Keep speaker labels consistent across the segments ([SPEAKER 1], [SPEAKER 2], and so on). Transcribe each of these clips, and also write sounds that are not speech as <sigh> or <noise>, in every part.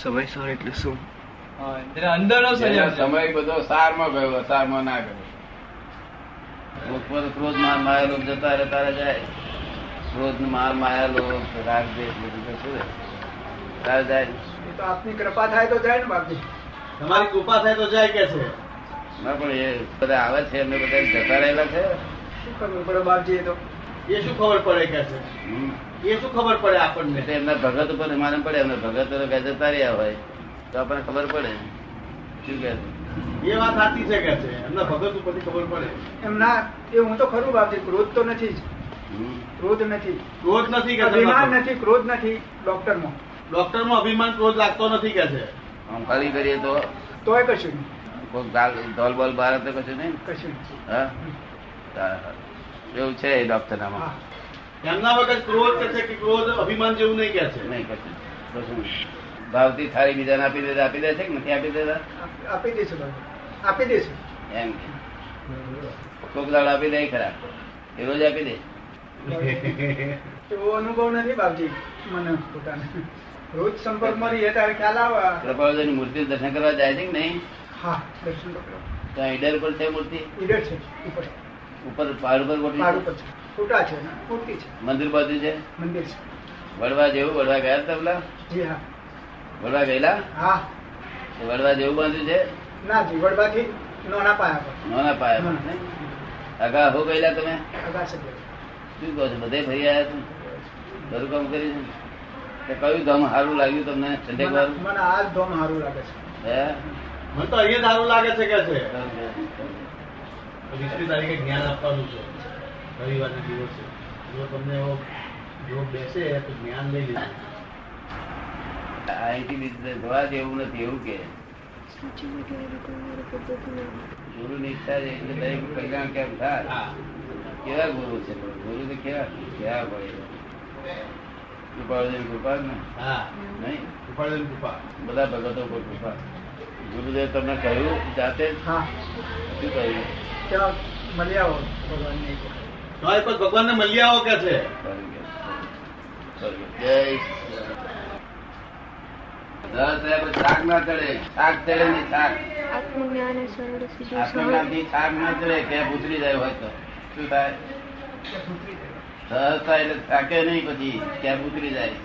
[SPEAKER 1] સમયસર એટલે શું
[SPEAKER 2] હા, એટલે અંદરનો
[SPEAKER 3] જેનો
[SPEAKER 2] સંયમ છે.
[SPEAKER 3] સમય બધો સારમાં ગયો અસારમાં ના ગયો
[SPEAKER 4] પોતપોત ક્રોધ માર માયા લોભ જતા રહે તારે જાય ક્રોધ માર માયા લોભ રાગ દ્વેષ બધું કશું રહે. તારે જાય
[SPEAKER 5] એ તો આપની કૃપા થાય તો જાય ને બાપજી
[SPEAKER 6] તમારી કૃપા થાય તો જાય કે છે
[SPEAKER 4] ના પણ એ બધા આવે છે એમને બધા જતા રહેલા છે
[SPEAKER 5] શું કરવું પડે બાપજી એ તો
[SPEAKER 6] એ શું ખબર પડે કે
[SPEAKER 4] હમ.
[SPEAKER 6] છે એ શું ખબર પડે આપણને
[SPEAKER 4] એટલે એમના ભગત ઉપર માલમ પડે એમના ભગત તો કાંઈ જતા રહ્યા હોય તો આપણને ખબર પડે શું કહે છે?
[SPEAKER 6] એ વાત સાચી છે કે છે એમના ભગત ઉપરથી ખબર પડે
[SPEAKER 5] એમ ના એ હું તો ખરું બાપજી ક્રોધ તો નથી જ
[SPEAKER 4] હમ.
[SPEAKER 5] ક્રોધ નથી
[SPEAKER 6] ક્રોધ નથી કે
[SPEAKER 5] અભિમાન નથી ક્રોધ નથી ડોક્ટરમાં
[SPEAKER 6] ડોક્ટર માં અભિમાન ક્રોધ લાગતો નથી કે છે
[SPEAKER 4] આમ ખાલી કરીએ તો
[SPEAKER 5] તોય કશું નહીં
[SPEAKER 4] કોઈ ગાલ ધોલ બોલ બહાર તો કશું નહીં
[SPEAKER 5] કશું નહીં
[SPEAKER 4] ને? હા હા. એવું છે એ ડોક્ટરનામાં
[SPEAKER 5] હા
[SPEAKER 6] એમના વગર ક્રોધ કે છે કે ક્રોધ અભિમાન જેવું નહીં કે છે
[SPEAKER 4] નહીં કશું કશું નહીં. ભાવથી થાળી બીજાને આપી દે આપી દે છે કે નથી આપી દેતા
[SPEAKER 5] આપ- આપી દઈશું બાપજી આપી દઈશું
[SPEAKER 4] એમ કે કોક દાડો આપી દે એ ખરા એ રોજ આપી દે
[SPEAKER 5] એવો અનુભવ નથી બાપજી મને પોતાને રોજ સંપર્કમાં રહીએ ત્યારે ખ્યાલ આવે
[SPEAKER 4] કૃપાળુજીની મૂર્તિ દર્શન કરવા જાય છે કે નહીં
[SPEAKER 5] હા દર્શન કરો
[SPEAKER 4] ત્યાં ઈડર પર છે મૂર્તિ
[SPEAKER 5] ઈડર છે ઉપર
[SPEAKER 4] ઉપર પહાડ ઉપર ગોઠવી
[SPEAKER 5] પહાડ ઉપર
[SPEAKER 4] છે.
[SPEAKER 5] છે ફોટા છે ને મૂર્તિ છે
[SPEAKER 4] મંદિર બાજુ છે
[SPEAKER 5] મંદિર છે
[SPEAKER 4] વડવા જેવું વડવા ગયા હતા પેલા
[SPEAKER 5] જી હા
[SPEAKER 4] વડવા ગયેલા
[SPEAKER 5] હા
[SPEAKER 4] તો વડવા જેવું બાજુ છે
[SPEAKER 5] ના જી વડવાથી નોના પાયા
[SPEAKER 4] નાના
[SPEAKER 5] પર
[SPEAKER 4] પાયા પર
[SPEAKER 5] નોના.
[SPEAKER 4] ને? અગાઉ હો ગયેલા તમે
[SPEAKER 5] અગાસી પર.
[SPEAKER 4] શું કહો છો બધે ફરી આવ્યા છો બધું કામ કર્યું છે તો કયું ગામ સારું લાગ્યું તમને ઠંડક
[SPEAKER 5] મને
[SPEAKER 4] વાળું
[SPEAKER 5] મને આ જ ધોમ સારું લાગે છે
[SPEAKER 4] હે
[SPEAKER 6] મને તો અહીંયા દારૂ લાગે છે કે છે
[SPEAKER 4] સારું છે.
[SPEAKER 6] વીસમી તારીખે જ્ઞાન આપવાનું છે રવિવારના દિવસે જો તમને એવો જો બેસે તો જ્ઞાન લઈ લેજો
[SPEAKER 4] અહીંથી બીજું જોવા જેવું નથી એવું કે ગુરુની ઈચ્છા છે એટલે દરેક કલ્યાણ કેમ થાય
[SPEAKER 6] હા
[SPEAKER 4] કેવા ગુરુ છે પણ? ગુરુ તો કેવા કેવા પડે કૃપાળુજીની કૃપા જ ને
[SPEAKER 6] હા
[SPEAKER 4] નહીં
[SPEAKER 6] ઉપાડેલ કૃપા
[SPEAKER 4] બધા ભગતો પર કૃપા ગુરુદેવ તમને કહ્યું જાતે જ?
[SPEAKER 5] હા
[SPEAKER 4] શું કહ્યું
[SPEAKER 5] ત્યાં મળી આવો ભગવાનની કૃપા.
[SPEAKER 6] તો એક વખત ભગવાનને મળી આવો કે છે
[SPEAKER 4] સારું કે સારું કે. જય શ્રી રામ. રસ રહ્યા પછી શાક ના ચડે શાક ચડે નહીં શાક
[SPEAKER 7] આત્મજ્ઞાન એ સરળ સીધું સરળ
[SPEAKER 4] આત્મજ્ઞાનથી શાક ના ચડે કે ઉતરી જાય હોય તો શું થાય
[SPEAKER 5] ત્યાં ઉતરી જાય.
[SPEAKER 4] સહજતા એટલે થાકે નહીં પછી ક્યાં ઉતરી જાય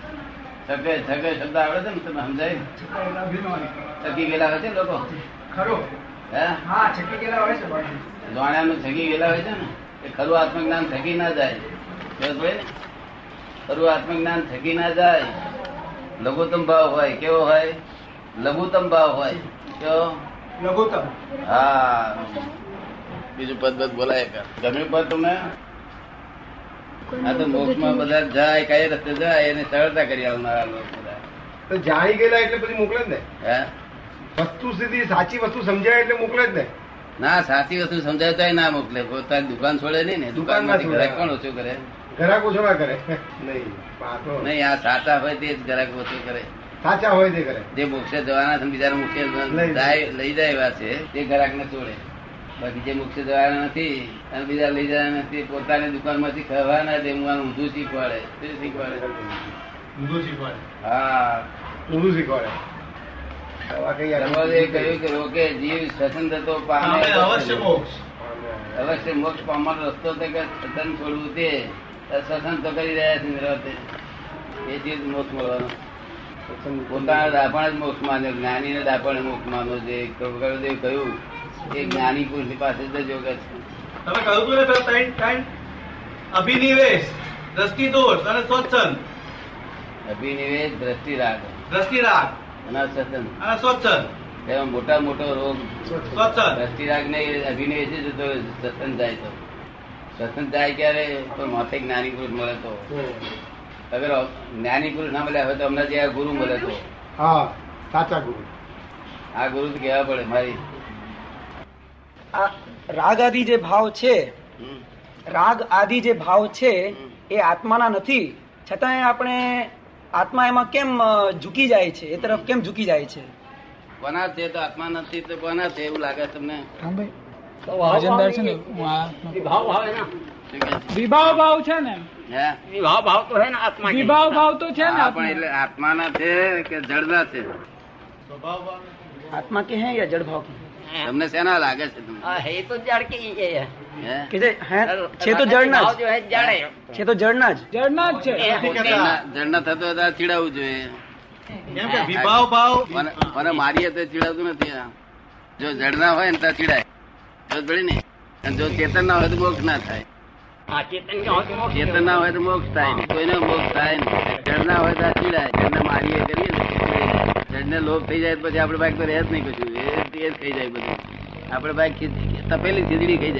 [SPEAKER 4] શકે શકે શબ્દ આવડે છે ને તમે સમજાય
[SPEAKER 5] છતાં એના અભિમાન.
[SPEAKER 4] થકી ગયેલા હોય છે ને લોકો
[SPEAKER 5] ખરો
[SPEAKER 4] હે
[SPEAKER 5] હા છેટી ગયેલા હોય છે બાપજી.
[SPEAKER 4] જાણ્યાનું થકી ગયેલા હોય છે ને એ ખરું આત્મજ્ઞાન થકી ના જાય ખબર પડી ને? ખરું આત્મજ્ઞાન થકી ના જાય લઘુત્તમ ભાવ હોય કેવો હોય લઘુત્તમ ભાવ હોય કેવો
[SPEAKER 5] લઘુત્તમ
[SPEAKER 4] હા બીજું પદ પદ બોલાય કર ગમ્યું પદ તમને આ તો મોક્ષમાં બધા જાય કઈ રસ્તે જાય એને સરળતા કરી આવનારા લોકો બધા
[SPEAKER 8] તો જાણી ગયેલા એટલે પછી મોકલે જ ને
[SPEAKER 4] હે
[SPEAKER 8] વસ્તુ સીધી સાચી વસ્તુ સમજાય એટલે મોકલે જ ને
[SPEAKER 4] ના સાચી વસ્તુ સમજાવતા ના મોકલે પોતાની દુકાન છોડે નહીં ને દુકાન માંથી
[SPEAKER 8] દુકાનમાં છોડે.
[SPEAKER 4] ગ્રાહક કોણ ઓછું કરે
[SPEAKER 8] ઘરાક ઓછો ના કરે નહીં વાતો
[SPEAKER 4] નહીં આ સાચા હોય તે જ ગ્રાહક ઓછું કરે
[SPEAKER 8] સાચા હોય તે કરે
[SPEAKER 4] જે મોક્ષે જવાના છે બીજા મોક્ષે
[SPEAKER 8] લઈ જાય.
[SPEAKER 4] જાય- લઈ જાય એવા છે તે ગ્રાહક ને છોડે બાકી જે મોક્ષે જવાના નથી અને બીજા લઈ જવાના નથી પોતાની દુકાન માંથી ખાવાના તે હું આને ઊંધું શીખવાડે તે શીખવાડે
[SPEAKER 6] ઊંધું શીખવાડે
[SPEAKER 4] હા
[SPEAKER 8] ઊંધું શીખવાડે આવા કઈ
[SPEAKER 4] તમારે કહ્યું કે રોકે જીવ સ્વસન થતો પામે
[SPEAKER 6] સામે અવશ્ય મોક્ષ
[SPEAKER 4] અવશ્ય મોક્ષ પામવાનો રસ્તો તો કે સદન છોડવું તે સસન તો કરી રહ્યા છે નિરવતે એ ચીજ મોક્ષ મળવાનો પોતાના દાપણ જ મોક્ષ માન્યો જ્ઞાની ને દાપણ મોક્ષ માનો જે કૃપાળુદેવ કહ્યું એ જ્ઞાની પુરુષ પાસે જ જજો કે છે.
[SPEAKER 6] તમે કહ્યું હતું ને પેલા ત્રણ ત્રણ અભિનિવેશ દ્રષ્ટિદોષ અને સ્વચ્છંદ
[SPEAKER 4] અભિનિવેશ દ્રષ્ટિ રાગ
[SPEAKER 6] દ્રષ્ટિરાગ
[SPEAKER 4] અને સસન
[SPEAKER 6] અને સ્વચ્છંદ
[SPEAKER 4] એમાં મોટા મોટો રોગ
[SPEAKER 6] સ્વચ્છંદ
[SPEAKER 4] દ્રષ્ટિ રાગ ને અભિનિવેશ જ જતો રહે છે, સત્સંગ જાય તો સત્સંગ જાય ક્યારે તો માથે જ્ઞાની પુરુષ મળે તો અગર જ્ઞાની પુરુષ ના મળ્યા હોય તો અમને જે આ ગુરુ મળે તો
[SPEAKER 8] હા સાચા ગુરુ
[SPEAKER 4] આ ગુરુ તો કહેવા પડે મારી
[SPEAKER 5] આ રાગ આદિ જે ભાવ છે
[SPEAKER 4] હમ.
[SPEAKER 5] રાગ આદિ જે ભાવ છે
[SPEAKER 4] હમ.
[SPEAKER 5] એ આત્માના નથી છતાંય આપણે આત્મા એમાં કેમ અ, ઝૂકી જાય છે એ તરફ કેમ ઝૂકી જાય છે
[SPEAKER 4] કોના છે તો આત્મા નથી તો કોના છે એવું લાગે તમને શું કહે છે?
[SPEAKER 9] વિભાવ ભાવ છે ને
[SPEAKER 4] હે?
[SPEAKER 9] વિભાવ ભાવ તો છે ને
[SPEAKER 4] હા, પણ
[SPEAKER 9] આત્મા
[SPEAKER 4] એટલે આત્માના છે કે જળના છે
[SPEAKER 6] स्वभाव भाव नहीं
[SPEAKER 5] आत्मा के हैं या जड़ भाव के हैं?
[SPEAKER 4] તમને શેના લાગે છે તમને
[SPEAKER 1] हाँ, है तो जड़ की ही है
[SPEAKER 4] હે?
[SPEAKER 5] કે જે હે છે તો
[SPEAKER 4] तो
[SPEAKER 1] राजा के
[SPEAKER 5] જળના
[SPEAKER 1] भाव
[SPEAKER 5] જ
[SPEAKER 1] जो है जड़ है
[SPEAKER 5] છે તો જળના જ જળના જ
[SPEAKER 1] એ હોતે
[SPEAKER 4] જળના- જળના થતો હોય તો આ ચીડાવવું જોઈએ
[SPEAKER 6] કેમ કે વિભાવ ભાવ
[SPEAKER 4] મને- મને મારીએ તો ચીડાવતું નથી આ. જો જડના હોય ને તો ચીડાય જો જડી ને અને જો ચેતન ના હોય તો મોક્ષ ના થાય
[SPEAKER 1] हाँ, चेतन के होते मोक्ष
[SPEAKER 4] ચેતન ના હોય તો મોક્ષ થાય નહીં. કોઈને મોક્ષ થાય નહીં જડના હોય તો આ ચીડાય જડને મારીએ કરીએ ને જડને લોભ થઈ જાય તો પછી આપણે બાઈક તો રહે જ નહીં કશું એ એ જ થઈ જાય બધું આપણે બાઈક તપેલી ખીચડી ખાઈ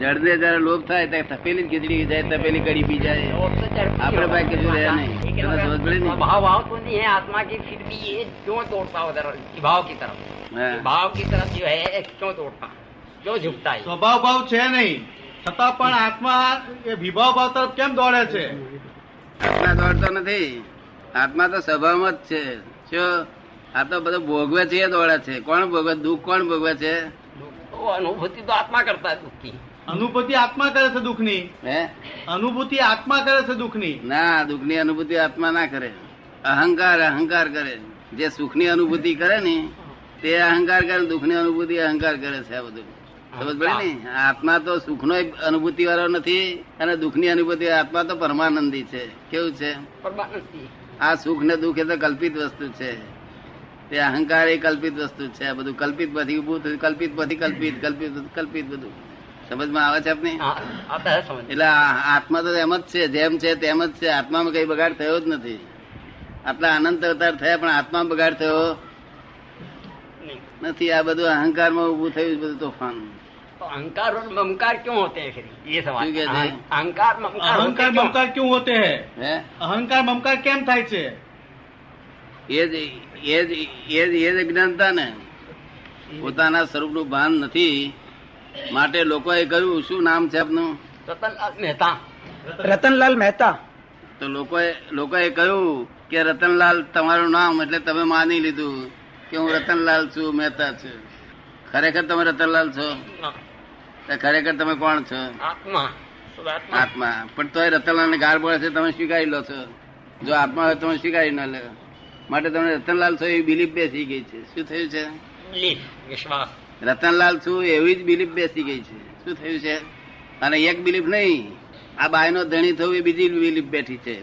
[SPEAKER 4] જાય જડને જયારે લોભ થાય ત્યારે તપેલી જ ખીચડી જાય તપેલી કઢી પી જાય
[SPEAKER 1] वो तो जड़ की
[SPEAKER 4] આપણે
[SPEAKER 1] है।
[SPEAKER 4] ભાઈ કશું રહ્યા નહીં.
[SPEAKER 1] हाँ, लेकिन
[SPEAKER 4] તને
[SPEAKER 1] अगर
[SPEAKER 4] समझ पड़ी नहीं?
[SPEAKER 1] भाव भाव तो नहीं है आत्मा की फिर भी ये क्यों तोड़ता उधर भाव की तरफ
[SPEAKER 4] હા.
[SPEAKER 1] भाव की तरफ जो है क्यों तोड़ता क्यों झुकता है
[SPEAKER 6] સ્વભાવ ભાવ છે નહીં છતાં પણ આત્મા એ વિભાવ ભાવ તરફ કેમ દોડે છે
[SPEAKER 4] આત્મા દોડતો નથી આત્મા તો સ્વભાવમાં જ છે શું આ તો બધો ભોગવે છે એ દોડે છે કોણ ભોગવે દુઃખ કોણ ભોગવે છે
[SPEAKER 1] तो अनुभूति तो आत्मा करता है दुख की
[SPEAKER 6] અનુભૂતિ આત્મા કરે છે દુઃખની
[SPEAKER 4] હે
[SPEAKER 6] અનુભૂતિ આત્મા કરે છે દુઃખની
[SPEAKER 4] ના દુઃખની અનુભૂતિ આત્મા ના કરે અહંકાર અહંકાર કરે જે સુખની અનુભૂતિ કરે ને તે અહંકાર કરે દુઃખની અનુભૂતિ અહંકાર કરે છે આ બધું સમજ પડે ને આત્મા તો સુખનો અનુભૂતિ વાળો નથી અને દુઃખની અનુભૂતિ આત્મા તો પરમાનંદી છે કેવું છે
[SPEAKER 1] परमानंद की
[SPEAKER 4] આ સુખ ને દુઃખ એ તો કલ્પિત વસ્તુ છે તે અહંકાર એ કલ્પિત વસ્તુ છે આ બધું કલ્પિત પછી ઉભું થયું કલ્પિત પછી કલ્પિત કલ્પિત કલ્પિત બધું સમજમાં આવે છે આપની
[SPEAKER 1] हाँ, आता है समझ
[SPEAKER 4] એટલે આ આત્મા તો એમ જ છે જેમ છે તેમ જ છે આત્મામાં કઈ બગાડ થયો જ નથી આટલા અનંત અવતાર થયા પણ આત્મામાં બગાડ થયો
[SPEAKER 1] नहीं
[SPEAKER 4] નથી આ બધું અહંકારમાં ઉભું થયું બધું તોફાન
[SPEAKER 1] तो अहंकार और ममकार क्यों होते हैं फिर ये सवाल
[SPEAKER 4] क्यों कहते हैं?
[SPEAKER 1] अहं- अहंकार ममकार होते
[SPEAKER 6] અહંકાર
[SPEAKER 1] क्यों?
[SPEAKER 6] મમકાર ક્યું હોતે હે
[SPEAKER 4] હે
[SPEAKER 6] અહંકાર મમકાર કેમ થાય છે
[SPEAKER 4] એ જ એ જ એ જ એ જ અજ્ઞાનતા ને પોતાના સ્વરૂપનું ભાન નથી માટે લોકોએ કહ્યું શું નામ છે આપનું
[SPEAKER 1] रतनलाल मेहता
[SPEAKER 5] રતનલાલ મહેતા
[SPEAKER 4] તો લોકોએ લોકોએ કહ્યું કે રતનલાલ તમારું નામ એટલે તમે માની લીધું કે હું રતનલાલ છું મહેતા છું ખરેખર તમે રતનલાલ છો તો ખરેખર તમે કોણ છો
[SPEAKER 1] आत्मा सुधात्मा
[SPEAKER 4] આત્મા પણ તોય રતનલાલ ને ગાર પડે છે તમે સ્વીકારી લો છો જો આત્મા હોય તમે સ્વીકારી ન લો માટે તમને રતનલાલ છો એવી બિલીફ બેસી ગઈ છે શું થયું છે
[SPEAKER 1] belief, विश्वास
[SPEAKER 4] રતનલાલ છું એવી જ બિલીફ બેસી ગઈ છે શું થયું છે અને એક બિલીફ નહીં આ બાયનો ધણી થવું એ બીજી બિલીફ બેઠી છે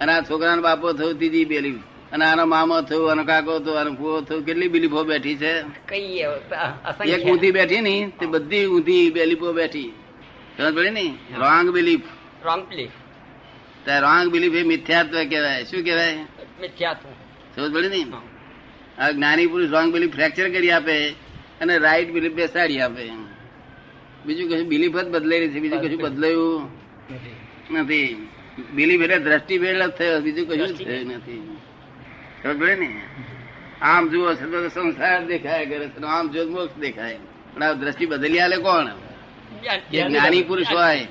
[SPEAKER 4] અને આ છોકરાનો બાપો થયું ત્રીજી બિલીફ અને આનો મામો થયું આનો કાકો થયો આનો ફુઓ થયો કેટલી બિલીફો બેઠી છે
[SPEAKER 1] कई है, असंख्य
[SPEAKER 4] એક ઊંધી બેઠી ની તે બધી ઊંધી બિલીફો બેઠી સમજ પડી ને રોંગ બિલીફ
[SPEAKER 1] रॉन्ग बिलीफ
[SPEAKER 4] તે રોંગ બિલીફ એ મિથ્યાત્વ કહેવાય શું કહેવાય
[SPEAKER 1] मिथ्यात्व
[SPEAKER 4] સમજ પડી ને
[SPEAKER 1] हाँ।
[SPEAKER 4] આ જ્ઞાની પુરુષ રોંગ બિલીફ ફ્રેક્ચર કરી આપે અને રાઈટ બિલીફ બેસાડી આપે બીજું કશું બિલીફ જ બદલાઈ છે બીજું કશું બદલાયું નથી બિલીફ એટલે દ્રષ્ટિ ભેળ જ થયો બીજું કશું જ થયું નથી ખબર પડે ને આમ જુઓ છો તો સંસાર દેખાય કરે છે આમ જુઓ તો મોક્ષ દેખાય પણ આ દ્રષ્ટિ બદલી આલે કોણ જે જ્ઞાની પુરુષ હોય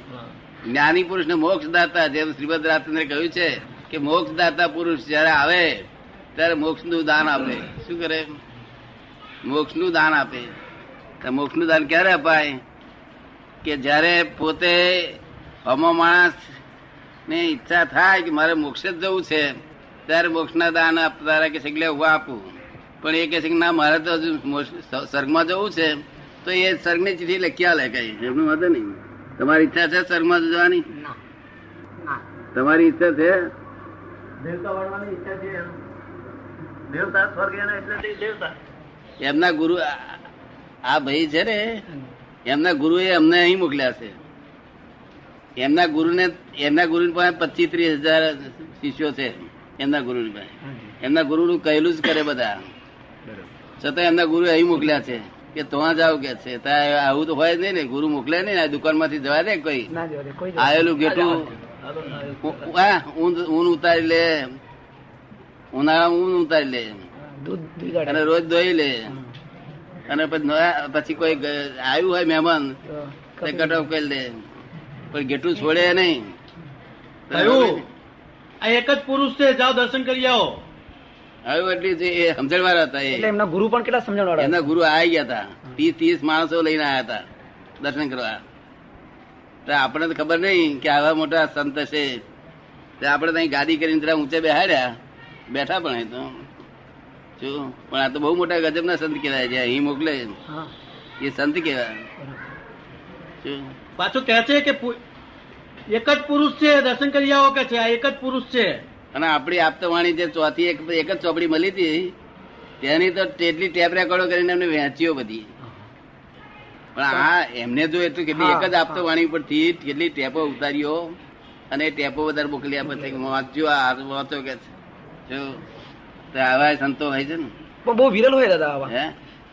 [SPEAKER 4] જ્ઞાની પુરુષ ને મોક્ષ દાતા જેમ શ્રીમદ રાજચંદ્ર કહ્યું છે કે મોક્ષ દાતા પુરુષ જયારે આવે ત્યારે મોક્ષ નું દાન આપે શું કરે મોક્ષ નું દાન આપે મોક્ષ નું દાન ક્યારે અપાય કે જયારે પોતે અમો માણસ ને ઈચ્છા થાય કે મારે મોક્ષ જ જવું છે ત્યારે મોક્ષના દાન આપનારા કે છે કે લે હું આપું પણ એ કહે છે કે ના મારે તો હજુ મોક્ષ- સ્વર્ગમાં જવું છે તો એ સ્વર્ગની ચીઠી લખી આલે કઈ એમનું વાંધો નહીં તમારી ઈચ્છા છે સ્વર્ગમાં જવાની
[SPEAKER 1] ના ના
[SPEAKER 4] તમારી ઈચ્છા છે
[SPEAKER 6] દેવતા વાળવાની ઈચ્છા છે એમ. દેવતા સ્વર્ગ એના એટલે તે દેવતા
[SPEAKER 4] એમના ગુરુ આ આ ભાઈ છે ને એમના ગુરુએ અમને અહીં મોકલ્યા છે એમના ગુરુને એમના ગુરુની પાસે પચીસ ત્રીસ હજાર શિષ્યો છે એમના ગુરુની પાસે એમના ગુરુનું કહેલું જ કરે બધા છતાં એમના ગુરુ અહીં મોકલ્યા છે કે ત્યાં જાવ કે છે ત્યાં આવું તો હોય જ નહીં ને ગુરુ મોકલે નહીં ને આ દુકાનમાંથી જવા દે કોઈ
[SPEAKER 5] ના જવા દે, કોઈ જવા દે.
[SPEAKER 4] આવેલું ગેટું ઉ- આ, ઊંધ- ઊન ઉતારી લે ઉનાળામાં ઊન ઉતારી લે
[SPEAKER 5] દૂધ પીગાડે.
[SPEAKER 4] અને રોજ ધોઈ લે અને પછી નવા- પછી કોઈ ગ- આવ્યું હોય મહેમાન
[SPEAKER 5] તો
[SPEAKER 4] તે કટ ઓફ કરી દે પણ ગેટું છોડે નહીં
[SPEAKER 6] થયું આ એક જ પુરુષ છે જાઓ દર્શન કરી આવો
[SPEAKER 4] આવ્યું એટલી જ એ સમજણવાળા હતા
[SPEAKER 5] એટલે
[SPEAKER 4] એ
[SPEAKER 5] એમના ગુરુ પણ કેટલા સમજણવાળા
[SPEAKER 4] એમના ગુરુ આવી ગયા હતા ત્રીસ ત્રીસ માણસો લઈને આવ્યા હતા દર્શન કરવા તો આપણે તો ખબર નહીં કે આવા મોટા સંત હશે તો આપણે ત્યાં ગાડી કરીને જરા ઊંચે બેહાડ્યા બેઠા પણ એ તો શું પણ આ તો બહુ મોટા ગજબના સંત કહેવાય છે અહીં મોકલે
[SPEAKER 5] હા
[SPEAKER 4] એ સંત કહેવાય
[SPEAKER 5] બરાબર.
[SPEAKER 4] શું
[SPEAKER 9] પાછો કહે છે કે પુ- એક જ પુરુષ છે દર્શન કરી આવો કે છે આ એક જ પુરુષ છે
[SPEAKER 4] અને આપણી આપતવાણી જે ચોથી એક એક જ ચોપડી મળી હતી તેની તો તેટલી ટેપ રેકોર્ડો કરીને એમને વહેંચ્યો બધી પણ આ એમને જો એટલું કેટલી
[SPEAKER 5] હા,
[SPEAKER 4] એક જ આપતવાણી ઉપરથી કેટલી ટેપો ઉતાર્યો અને એ ટેપો વધારે મોકલી આપે છે કે વાંચજો આ વાંચો કે છે. જો તો આવા સંતો હોય છે ને
[SPEAKER 5] પણ બહુ વિરલ હોય દાદા આવા
[SPEAKER 4] હે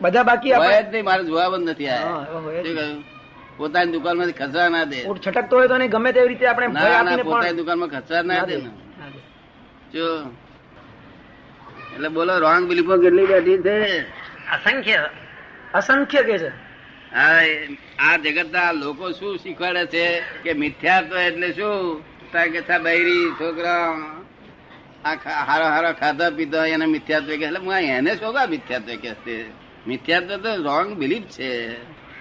[SPEAKER 5] બધા બાકી
[SPEAKER 4] હોય
[SPEAKER 5] આપણે
[SPEAKER 4] જ નહીં મારે જોવા બંધ નથી
[SPEAKER 5] હા, એવા હોય જ
[SPEAKER 4] આ
[SPEAKER 5] નહીં.
[SPEAKER 4] શું કહ્યું પોતાની દુકાનમાંથી ખસવા ના દે
[SPEAKER 5] ઊંટ છટકતો હોય તો એને ગમે તેવી રીતે આપણે ભય
[SPEAKER 4] ના
[SPEAKER 5] આપીને
[SPEAKER 4] ના પોતાની
[SPEAKER 5] પણ
[SPEAKER 4] દુકાનમાં ખસવા ના
[SPEAKER 5] ના
[SPEAKER 4] દે
[SPEAKER 5] દે.
[SPEAKER 4] ને
[SPEAKER 5] ના દે.
[SPEAKER 4] જો એટલે બોલો રોંગ બિલીફો કેટલી બેઠી છે
[SPEAKER 1] અસંખ્ય
[SPEAKER 5] અસંખ્ય કે છે
[SPEAKER 4] આ આ જગતના લોકો શું શીખવાડે છે કે મિથ્યાત્વ એટલે શું તાર કે થા બૈરી છોકરા આ ખા- હારો હારો ખાધા પીધા એને મિથ્યાત્વ કે એટલે હું આ એને છોકરા મિથ્યાત્વ કે છે મિથ્યાત્વ તો રોંગ બિલીફ છે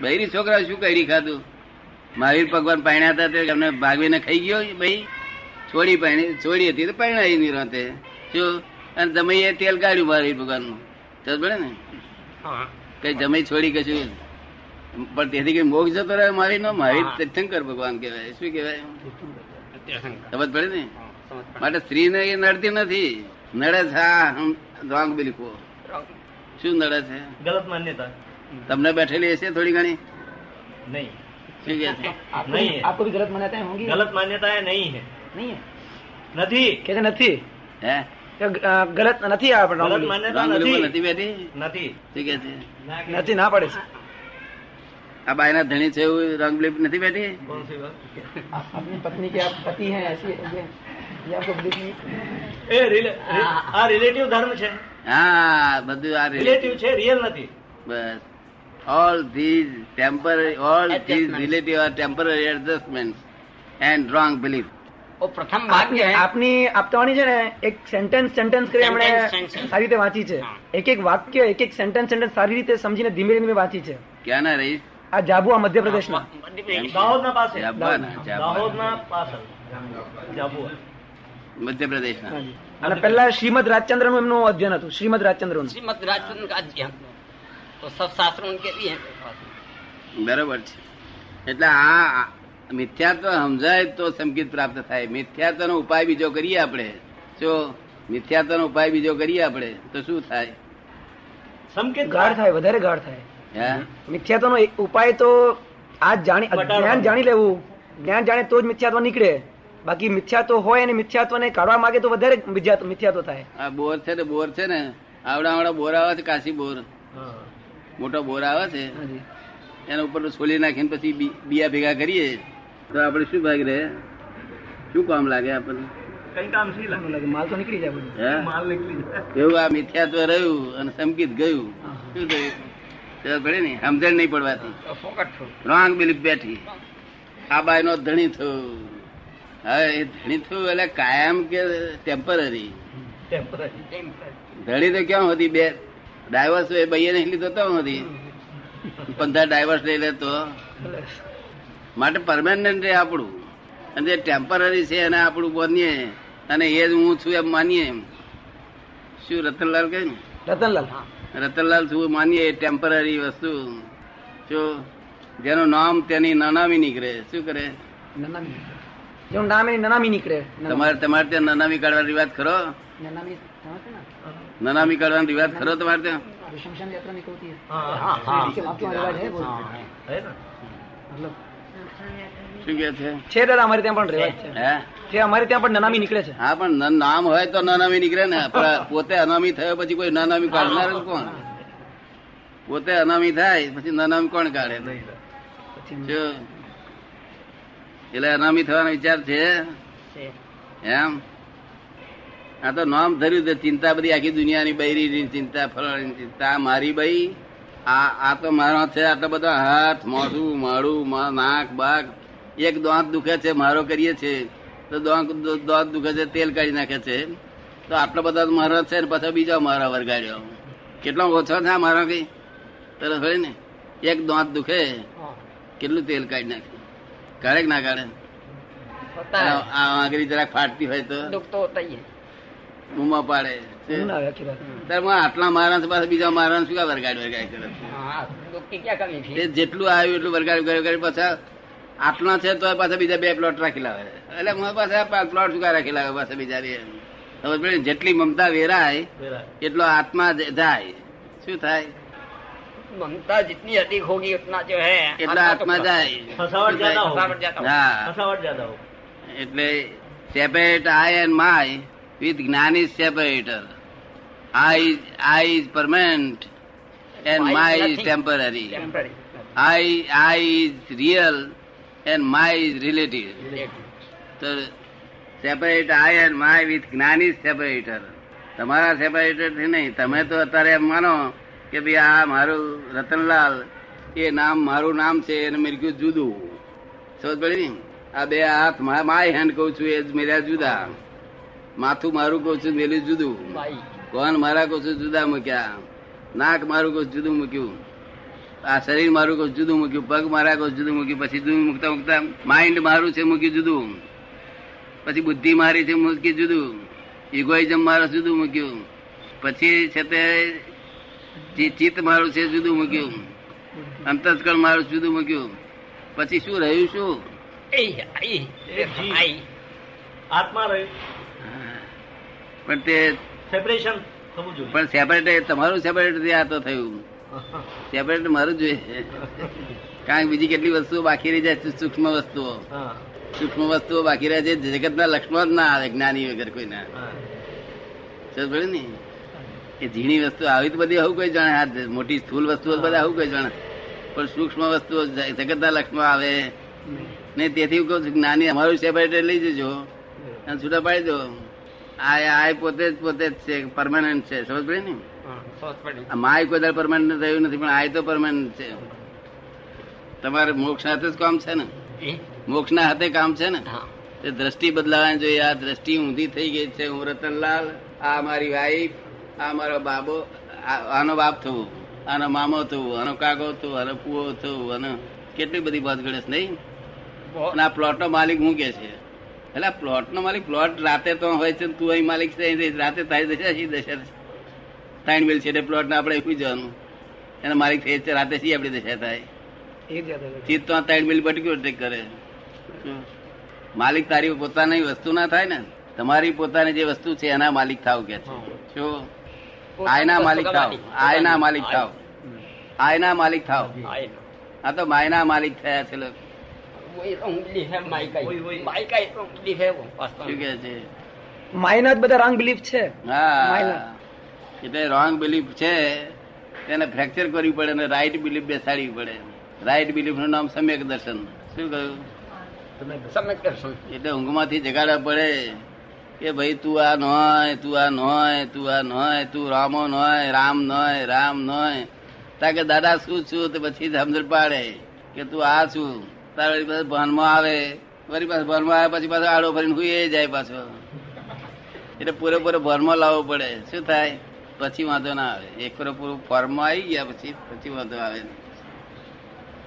[SPEAKER 4] બૈરી છોકરા શું કરી ખાધું મહાવીર ભગવાન પાણ્યા હતા તે એમને ભાગવીને ખાઈ ગયો ભાઈ છોડી પાણી છોડી હતી તો પરણાવી નિરાંતે શું અને તમે એ તેલ કાઢ્યું મહાવીર ભગવાનનું તો બને ને
[SPEAKER 1] હા
[SPEAKER 4] કઈ જમી છોડી કશું પણ તેથી કઈ મોક્ષ જતો રહે મારી નો મારી
[SPEAKER 1] હા.
[SPEAKER 4] તીર્થંકર ભગવાન કહેવાય શું કહેવાય
[SPEAKER 1] તીર્થંકર.
[SPEAKER 4] ખબર પડે ને
[SPEAKER 1] હા, સમજ પડી.
[SPEAKER 4] માટે સ્ત્રીને એ નડતી નથી નડે છે આ હમ રોંગ બિલકુલ શું નડે છે
[SPEAKER 9] ગલત માન્યતા
[SPEAKER 4] તમને બેઠેલી હશે થોડી ઘણી
[SPEAKER 9] નહીં
[SPEAKER 4] શું કે છે
[SPEAKER 9] નહીં
[SPEAKER 5] आपको भी गलत मनाते हैं होंगी
[SPEAKER 9] ગલત માન્યતા એ નહીં હે
[SPEAKER 5] नहीं है
[SPEAKER 9] નથી
[SPEAKER 5] कहते નથી
[SPEAKER 4] હે
[SPEAKER 5] अ, गलत નથી આ આપણે
[SPEAKER 9] ગલત
[SPEAKER 5] wrongly.
[SPEAKER 9] માન્યતા
[SPEAKER 4] રોંગ બિલકુલ
[SPEAKER 9] નથી
[SPEAKER 4] નથી બેઠી
[SPEAKER 9] નથી
[SPEAKER 4] શું કે છે
[SPEAKER 5] નથી ના પડે છે
[SPEAKER 4] આ બાયના ધણી છે એવું રોંગ બિલીફ નથી બેઠી
[SPEAKER 9] કોણ સી વાત?
[SPEAKER 5] आप- अपनी पत्नी के आप पति हैं ऐसी ये, ये आपको belief नहीं-
[SPEAKER 9] એ રિલે- રિ- આ રિલેટિવ ધર્મ છે
[SPEAKER 4] હા બધું આ
[SPEAKER 9] રિલેટિવ
[SPEAKER 4] relative.
[SPEAKER 9] છે રિયલ નથી
[SPEAKER 4] બસ all these temporary all these
[SPEAKER 1] Adjustments.
[SPEAKER 4] Relative are temporary adjustment and wrong belief
[SPEAKER 1] ઓ પ્રથમ ભાગ
[SPEAKER 5] આપની
[SPEAKER 1] છે
[SPEAKER 5] આપની આપતાવાની છે ને એક સેન્ટેન્સ સેન્ટેન્સ કરી આપણે
[SPEAKER 1] Sentence, sentence.
[SPEAKER 5] સારી રીતે વાંચી છે
[SPEAKER 1] હા.
[SPEAKER 5] એક એક વાક્ય એક એક સેન્ટેન્સ સેન્ટેન્સ સારી રીતે સમજીને ધીમે ધીમે વાંચી છે
[SPEAKER 4] ક્યાં ના રહીશ
[SPEAKER 5] આ જાબુઆ
[SPEAKER 1] हाँ,
[SPEAKER 5] મધ્યપ્રદેશમાં
[SPEAKER 9] દાહોદના પાસે
[SPEAKER 4] જાપાના,
[SPEAKER 9] દાહોદના
[SPEAKER 4] જાપાના.
[SPEAKER 9] પાછળ જાબુઆ
[SPEAKER 4] મધ્યપ્રદેશના
[SPEAKER 5] હાજી. અને પહેલા શ્રીમદ રાજચંદ્ર નું એમનું અધ્યયન હતું શ્રીમદ રાજચંદ્ર નું
[SPEAKER 1] श्रीमद राजचंद्र का अध्ययन तो सब शास्त्र उनके भी हैं मेरे पास।
[SPEAKER 4] બરોબર છે એટલે આ મિથ્યાત્વ સમજાય તો સંકિત પ્રાપ્ત થાય મિથ્યાત્વનો ઉપાય બીજો કરીએ આપણે જો મિથ્યાત્વનો ઉપાય બીજો કરીએ આપણે તો શું થાય
[SPEAKER 9] સંકેત
[SPEAKER 5] ગાઢ થાય વધારે ગાઢ થાય
[SPEAKER 4] હે
[SPEAKER 5] મિથ્યાત્વનો એક ઉપાય તો આ જાણી
[SPEAKER 9] બટાળો.
[SPEAKER 5] જ્ઞાન જાણી લેવું જ્ઞાન જાણે તો જ મિથ્યાત્વ નીકળે બાકી મિથ્યાત્વ હોય અને મિથ્યાત્વને કાઢવા માંગે તો વધારે જ મિથ્યાત્વ મિથ્યાત્વ થાય
[SPEAKER 4] આ બોર છે ને બોર છે ને આવડા આવડા બોર આવે છે કાશી બોર
[SPEAKER 9] હા.
[SPEAKER 4] મોટો બોર આવે છે એના ઉપર છોલી નાખીને પછી બી- બીયા ભેગા કરીએ તો આપણે શું ભાગ રહે શું કામ લાગે આપણને
[SPEAKER 9] કઈ કામ શી લાગે?
[SPEAKER 5] લાગે માલ તો નીકળી જાય બધું
[SPEAKER 4] હે
[SPEAKER 9] માલ નીકળી જાય
[SPEAKER 4] એવું આ મિથ્યાત્વ રહ્યું અને સમકિત ગયું શું થયું ખબર પડી ને સમજણ નહીં પડવાથી રોંગ બિલીફ બેઠી આ બાયનો ધણી થયું હવે એ ધણી થયું એટલે કાયમ કે ટેમ્પરરી
[SPEAKER 9] ટેમ્પરરી
[SPEAKER 4] ધણી તો ક્યાં હતી બે ડાયવર્સ એ ભાઈએ નહીં લીધો તો હતી પંદર ડાયવર્સ લઈ લેતો માટે પરમાનન્ટ રહે આપણું અને જે ટેમ્પરરી છે એને આપણું બનીએ અને એ જ હું છું એમ માનીએ શું રતનલાલ કહે ને
[SPEAKER 5] રતનલાલ હા
[SPEAKER 4] રતનલાલ શું માનીએ એ ટેમ્પરરી વસ્તુ જો જેનું નામ તેની નાનામી નીકળે શું કરે
[SPEAKER 5] નનામી જેનું નામ એની નનામી નીકળે
[SPEAKER 4] તમારે તમારે ત્યાં નાનામી કાઢવાનો રિવાજ ખરો
[SPEAKER 5] નનામી જાણો છો ને?
[SPEAKER 4] નાનામી કાઢવાનો રિવાજ ખરો તમારે ત્યાં
[SPEAKER 5] जो शमशान यात्रा निकलती है
[SPEAKER 9] હા
[SPEAKER 1] हाँ
[SPEAKER 9] હા
[SPEAKER 1] हाँ
[SPEAKER 5] इसके बाप का रिवाज है वो
[SPEAKER 9] હે ને?
[SPEAKER 5] मतलब
[SPEAKER 4] શું કે છે
[SPEAKER 5] છે દાદા અમારે ત્યાં પણ રહેવાય છે
[SPEAKER 4] હે
[SPEAKER 5] છે અમારે ત્યાં પણ નનામી નીકળે છે
[SPEAKER 4] હા પણ ન- નામ હોય તો નાનામી નીકળે ને પણ પોતે અનામી થયો પછી કોઈ નાનામી કાઢનાર જ કોણ પોતે અનામી થાય પછી નાનામી કોણ કાઢે
[SPEAKER 5] પછી
[SPEAKER 4] જો એટલે અનામી થવાનો વિચાર છે
[SPEAKER 1] છે.
[SPEAKER 4] એમ આ તો નામ ધર્યું છે ચિંતા બધી આખી દુનિયાની બૈરીની ચિંતા ફલાણીની ચિંતા આ મારી બઈ આ આ તો મારો છે આ તો બધા હાથ મોઢું માળું મા- નાક બાક એક દાંત દુખે છે મારો કરીએ છે તો દાંત દો- દાંત દુખે છે તેલ કાઢી નાખે છે તો આટલા બધા તો મારા છે ને પાછા બીજા મારા વરગાડ્યો કેટલો ઓછો છે આ મારો કઈ તરફ હોય ને એક દાંત દુખે
[SPEAKER 1] हाँ।
[SPEAKER 4] કેટલું તેલ કાઢી નાખે કાઢે કે ના કાઢે
[SPEAKER 1] होता हाँ।
[SPEAKER 4] આ- આ આંગળી જરાક ફાટતી હોય તો
[SPEAKER 1] है दुख तो होता ही है
[SPEAKER 4] બૂમા પાડે
[SPEAKER 5] હું ના આવે આખી વાત
[SPEAKER 4] તારે હું આટલા મારા પાસે બીજા મારા શું કામ વરગાડ વરગાડ કરે છે?
[SPEAKER 1] हाँ लोग की क्या कमी थी
[SPEAKER 4] એ જેટલું આવ્યું એટલું વરગાડ વરગાડ કરે પાછા આટલા છે તો પાછા બીજા બે પ્લોટ રાખેલા હોય એટલે હું પાછા પાંચ પ્લોટ શું કામ રાખેલા હોય પાછા બીજા બે સમજ પડી? જેટલી મમતા વેરાય એટલો આત્મા જ- જાય શું થાય
[SPEAKER 1] ममता जितनी अधिक होगी उतना जो है
[SPEAKER 4] એટલો
[SPEAKER 1] आत्मा हाँ।
[SPEAKER 4] આત્મા
[SPEAKER 1] तो
[SPEAKER 4] જાય
[SPEAKER 6] ફસાવટ જ્યાદા
[SPEAKER 1] हो। ફસાવટ જ્યાદા हो।
[SPEAKER 4] હા
[SPEAKER 6] ફસાવટ જ્યાદા હો
[SPEAKER 4] એટલે separate I and my with જ્ઞાન is separator I I is permanent and
[SPEAKER 1] I is
[SPEAKER 4] my is
[SPEAKER 1] nothing.
[SPEAKER 4] Temporary
[SPEAKER 1] temporary
[SPEAKER 4] I I is real and my is relative તો separate I and my with જ્ઞાન is separator તમારા separator થી નહીં તમે તો અત્યારે એમ માનો કે ભાઈ આ મારું રતનલાલ એ નામ મારું નામ છે એને મેં કીધું જુદું સમજ પડી ને? આ બે હાથ મા- માય હેન્ડ કહું છું એ જ મેર્યા જુદા માથું મારું કહું છું મેલું જુદું
[SPEAKER 1] भाई
[SPEAKER 4] કોણ મારા કહું છું જુદા મૂક્યા નાક મારું કહું છું જુદું મૂક્યું આ શરીર મારું કહું છું જુદું મૂક્યું પગ મારા કહું છું જુદું મૂક્યું પછી જુદું મૂકતા મૂકતા માઇન્ડ મારું છે મૂક્યું જુદું પછી બુદ્ધિ મારી છે મૂકી જુદું ઇગોઇઝમ મારો જુદું મૂક્યું પછી છે તે ચિ- ચિત્ત મારું છે જુદું મૂક્યું અંતસ્કળ મારું જુદું મૂક્યું પછી શું રહ્યું શું
[SPEAKER 1] ए आई
[SPEAKER 6] ए, जी।
[SPEAKER 1] आई
[SPEAKER 6] આત્મા રહે
[SPEAKER 4] પણ તે
[SPEAKER 6] સેપરેશન થવું જોઈએ
[SPEAKER 4] પણ સેપરેટ તમારું સેપરેટ આ તો થયું સેપરેટ મારું જ જોઈએ કારણ કે બીજી કેટલી વસ્તુઓ બાકી રહી જાય છે સૂક્ષ્મ વસ્તુઓ
[SPEAKER 6] હા
[SPEAKER 4] સૂક્ષ્મ વસ્તુઓ બાકી રહે છે જગતના લક્ષ્મણ જ ના આવે જ્ઞાની વગર કોઈના
[SPEAKER 6] હા
[SPEAKER 4] સમજ પડી ને એ ઝીણી વસ્તુ આવી તો બધી આવું કોઈ જાણે આ મોટી સ્થૂલ વસ્તુઓ તો બધા આવું કોઈ જાણે પણ સૂક્ષ્મ વસ્તુઓ જ- જગતના લક્ષ્મણ આવે ને તેથી હું કહું છું કે જ્ઞાની અમારું સેપરેટ લઈ જજો અને છૂટા પાડી દો આ આ પોતે જ પોતે જ છે પરમાનન્ટ છે સમજ પડી ને
[SPEAKER 1] सोच पड़ी
[SPEAKER 4] આ માય કોઈ દાડો પરમાનન્ટ રહ્યું નથી પણ આય તો પરમાનન્ટ છે તમારે મોક્ષ હાથે જ કામ છે ને
[SPEAKER 1] जी
[SPEAKER 4] મોક્ષના હાથે કામ છે ને
[SPEAKER 1] हाँ
[SPEAKER 4] તે દ્રષ્ટિ બદલાવાની જોઈએ આ દ્રષ્ટિ ઊંધી થઈ ગઈ છે હું રતનલાલ આ મારી વાઈફ આ મારો બાબો આ- આનો બાપ થવું આનો મામો થવું આનો કાકો થવું આનો પુઓ થવું આનો કેટલી બધી વાત ગણેશ નહીં
[SPEAKER 1] बहुत
[SPEAKER 4] અને આ પ્લોટનો માલિક હું કે છે એટલે આ પ્લોટનો માલિક પ્લોટ રાતે તો હોય છે ને તું અહીં માલિક છે અહીં રાતે તારી દશા શી દશા છે? ત્રણ વેલ છે એટલે પ્લોટને આપણે એકલું જવાનું એનો માલિક થઈ છે રાતે શી આપણી દશા થાય
[SPEAKER 5] એ જ યાદ આવે
[SPEAKER 4] ચિત્ત તો આ ત્રણ મિલ બટક્યું એટલે કરે માલિક તારી પોતાની વસ્તુ ના થાય ને તમારી પોતાની જે વસ્તુ છે એના માલિક થાવ કે છે શું આયના માલિક થાવ આયના માલિક થાવ આયના માલિક થાવ
[SPEAKER 1] आयना
[SPEAKER 4] આ તો માયના માલિક થયા છે લોકો
[SPEAKER 1] वही तो उंगली है माई का
[SPEAKER 6] वही- वही।
[SPEAKER 1] माई का ही तो उंगली है वो वास्तव
[SPEAKER 4] શું
[SPEAKER 1] में
[SPEAKER 4] કે છે
[SPEAKER 5] માયના જ બધા રાંગ બિલીફ છે
[SPEAKER 4] હા
[SPEAKER 5] માયના.
[SPEAKER 4] એટલે રોંગ બિલીફ છે તેને ફ્રેક્ચર કરવી પડે અને રાઈટ બિલીફ બેસાડવી પડે રાઈટ બિલીફ નું નામ સમ્યક દર્શન શું કહ્યું
[SPEAKER 1] समझ कर सुन
[SPEAKER 4] એટલે ઊંઘમાંથી જગાડવા પડે કે ભાઈ તું આ નોય તું આ નોય તું આ નોય તું રામો નોય રામ નોય રામ નોય તા કે દાદા શું છું તો પછી સમજણ પાડે કે તું આ છું તારે વળી પાછું ભાનમાં આવે વળી પાછું ભાનમાં આવે પછી પાછો આડો ફરીને હુઈ જાય પાછો એટલે પૂરેપૂરો ભાનમાં લાવવો પડે શું થાય પછી વાંધો ના આવે એક પૂરેપૂરું ફોર્મમાં આવી ગયા પછી પછી વાંધો આવે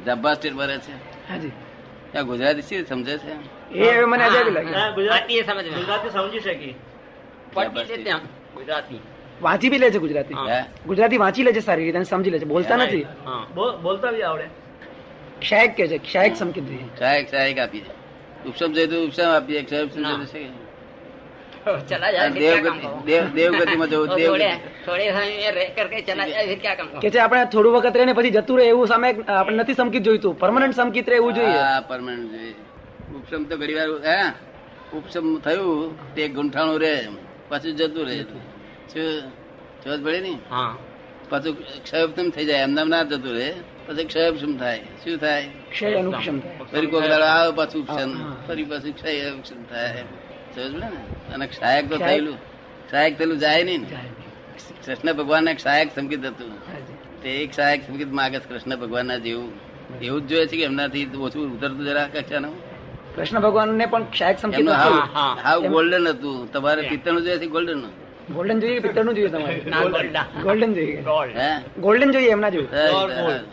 [SPEAKER 4] જબ્બા સ્ટેટ ભરે છે
[SPEAKER 5] હાજી
[SPEAKER 4] ત્યાં ગુજરાતી શું સમજે છે
[SPEAKER 5] એ હવે મને આજે આવી લાગી
[SPEAKER 1] हाँ, गुजराती है समझ में
[SPEAKER 6] ગુજરાતી સમજી શકી
[SPEAKER 1] पढ़ लेते हम गुजराती
[SPEAKER 5] વાંચી બી લે છે ગુજરાતી
[SPEAKER 1] હા.
[SPEAKER 4] હે
[SPEAKER 5] ગુજરાતી વાંચી લે છે સારી રીતે અને સમજી લે છે બોલતા નથી
[SPEAKER 1] हाँ
[SPEAKER 6] બોલ- બોલતા બી આવડે
[SPEAKER 5] ક્ષાયક કે છે ક્ષાયક સમકી દીધી
[SPEAKER 4] સહાયક સહાયક આપીએ ઉપશમ જોઈએ તો ઉપશમ આપીએ ક્ષયપશમ
[SPEAKER 1] ના.
[SPEAKER 4] જોઈએ તો ક્ષય.
[SPEAKER 1] तो चला जाए
[SPEAKER 4] અને
[SPEAKER 1] फिर क्या
[SPEAKER 4] દેવગતિ
[SPEAKER 1] काम करो?
[SPEAKER 4] દેવ-
[SPEAKER 1] <laughs>
[SPEAKER 4] દેવગતિમાં જવું
[SPEAKER 1] तो
[SPEAKER 4] દેવ
[SPEAKER 1] थोड़े थोड़े समय में रह करके चला जाए फिर क्या काम करो?
[SPEAKER 5] કે છે આપણે થોડું વખત રહીને પછી જતું રહે એવું સામે આપણે નથી સમકીત જોઈતું પરમનન્ટ સમકીત રહે એવું જોઈએ
[SPEAKER 4] હા પરમાનન્ટ જોઈએ ઉપશમ તો ઘણી વાર હે ઉપશમ થયું તે ગુંઠાણું રહે પાછું જતું રહે શું જોત પડે ને
[SPEAKER 1] हाँ
[SPEAKER 4] પાછું ક્ષયપશમ થઈ જાય એમને એમ ના જતું રહે પછી ક્ષયપશમ થાય શું થાય
[SPEAKER 5] ક્ષય અનુક્ષમ થાય
[SPEAKER 4] ફરી કોક દાડો આવે પાછું ઉપસન ફરી પાછું ક્ષય ઉપસન થાય સમજ પડે ને અને ક્ષાયક તો
[SPEAKER 5] ક્ષાયક.
[SPEAKER 4] થયેલું ક્ષાયક થયેલું જાય નહીં ને કૃષ્ણ ભગવાન ને ક્ષાયક સંકેત હતું તે એક સહાયક સંકેત માગે છે કૃષ્ણ ભગવાનના જેવું એવું જ જોઈએ છે કે એમનાથી ઓછું ઉતરતું જરા કક્ષાનું
[SPEAKER 5] કૃષ્ણ ભગવાન ને પણ ક્ષાયક સમકીત
[SPEAKER 4] એમનું
[SPEAKER 5] નથી.
[SPEAKER 4] હાવ
[SPEAKER 1] હા.
[SPEAKER 4] હાવ ગોલ્ડન હતું તમારે પિત્તળનું જોઈએ છે ગોલ્ડન
[SPEAKER 5] ગોલ્ડન જોઈએ કે પિત્તળનું જોઈએ તમારે
[SPEAKER 1] ना बोलना
[SPEAKER 5] ગોલ્ડન જોઈએ
[SPEAKER 1] गोल्ड
[SPEAKER 4] હે
[SPEAKER 5] ગોલ્ડન જોઈએ એમના જેવું
[SPEAKER 6] Pure gold.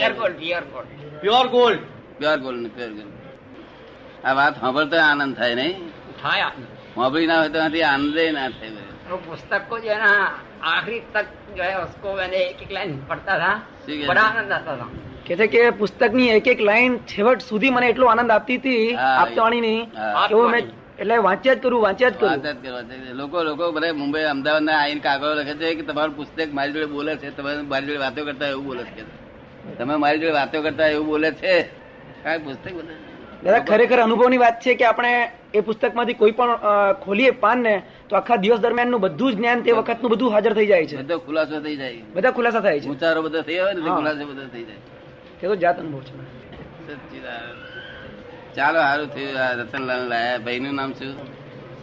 [SPEAKER 1] Pure gold pure gold
[SPEAKER 6] pure gold
[SPEAKER 4] pure gold pure gold આ વાત સાંભળતા આનંદ થાય નહીં
[SPEAKER 1] उठाया
[SPEAKER 4] મોબલી ના હોય તો એનાથી આનંદે ના થાય
[SPEAKER 1] वो पुस्तक को जो है ना आखिरी तक जो है उसको मैंने एक एक लाइन पढ़ता था
[SPEAKER 4] ठीक है।
[SPEAKER 1] बड़ा आनंद आता था
[SPEAKER 5] કે છે કે પુસ્તકની એક એક લાઈન છેવટ સુધી મને એટલો આનંદ આપતી હતી
[SPEAKER 4] હા,
[SPEAKER 5] આપતાણીની
[SPEAKER 4] હા.
[SPEAKER 5] કે હું મેં એટલે વાંચ્યા જ કરું વાંચ્યા જ કરું
[SPEAKER 4] વાત જ કરવા દે. લોકો લોકો બધા મુંબઈ અમદાવાદ ના આઈને કાગળો લખે છે કે તમારું પુસ્તક મારી જોડે બોલે છે તમે મારી જોડે વાતો કરતા એવું બોલે છે તમે મારી જોડે વાતો કરતા એવું બોલે છે કાંઈ પુસ્તક બોલે
[SPEAKER 5] દાદા ખરેખર અનુભવની વાત છે કે આપણે એ પુસ્તકમાંથી કોઈ પણ અ, ખોલીએ પાન ને તો આખા દિવસ દરમિયાનનું બધું જ જ્ઞાન તે વખતનું બધું હાજર થઈ જાય છે
[SPEAKER 4] બધો ખુલાસો થઈ જાય
[SPEAKER 5] બધા ખુલાસા થાય છે
[SPEAKER 4] ઉતારો બધો થઈ આવે ને એટલે
[SPEAKER 5] હા.
[SPEAKER 4] ખુલાસો બધો થઈ જાય
[SPEAKER 5] તે તો જાત અનુભવ છે
[SPEAKER 4] સચ્ચિદાનંદ. ચાલો સારું થયું આ રતનલાલ લાયા ભાઈ નું નામ શું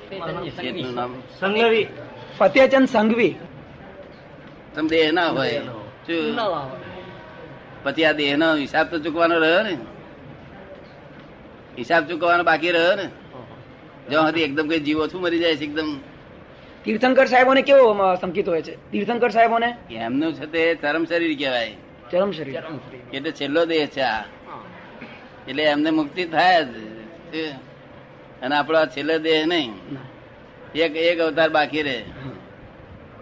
[SPEAKER 4] શેઠનું નામ
[SPEAKER 9] સંગવી
[SPEAKER 5] ફતેહચંદ સંઘવી
[SPEAKER 4] તમે દેહ ના હોય શું પછી આ દેહ નો હિસાબ તો ચૂકવાનો રહ્યો ને હિસાબ ચૂકવાનો બાકી રહ્યો ને જ્યાં સુધી એકદમ કઈ જીવો છું મરી જાય છે એકદમ
[SPEAKER 5] તીર્થંકર સાહેબોને કેવો અમ, સંકેત હોય છે તીર્થંકર સાહેબોને
[SPEAKER 4] એમનું છે તે ચરમ શરીર કહેવાય
[SPEAKER 5] ચરમ શરીર
[SPEAKER 4] એટલે છેલ્લો દેહ છે આ એટલે એમને મુક્તિ થાય જ છે. અને આપણો આ છેલ્લો દેહ નહીં
[SPEAKER 5] ના.
[SPEAKER 4] એક એક અવતાર બાકી રહે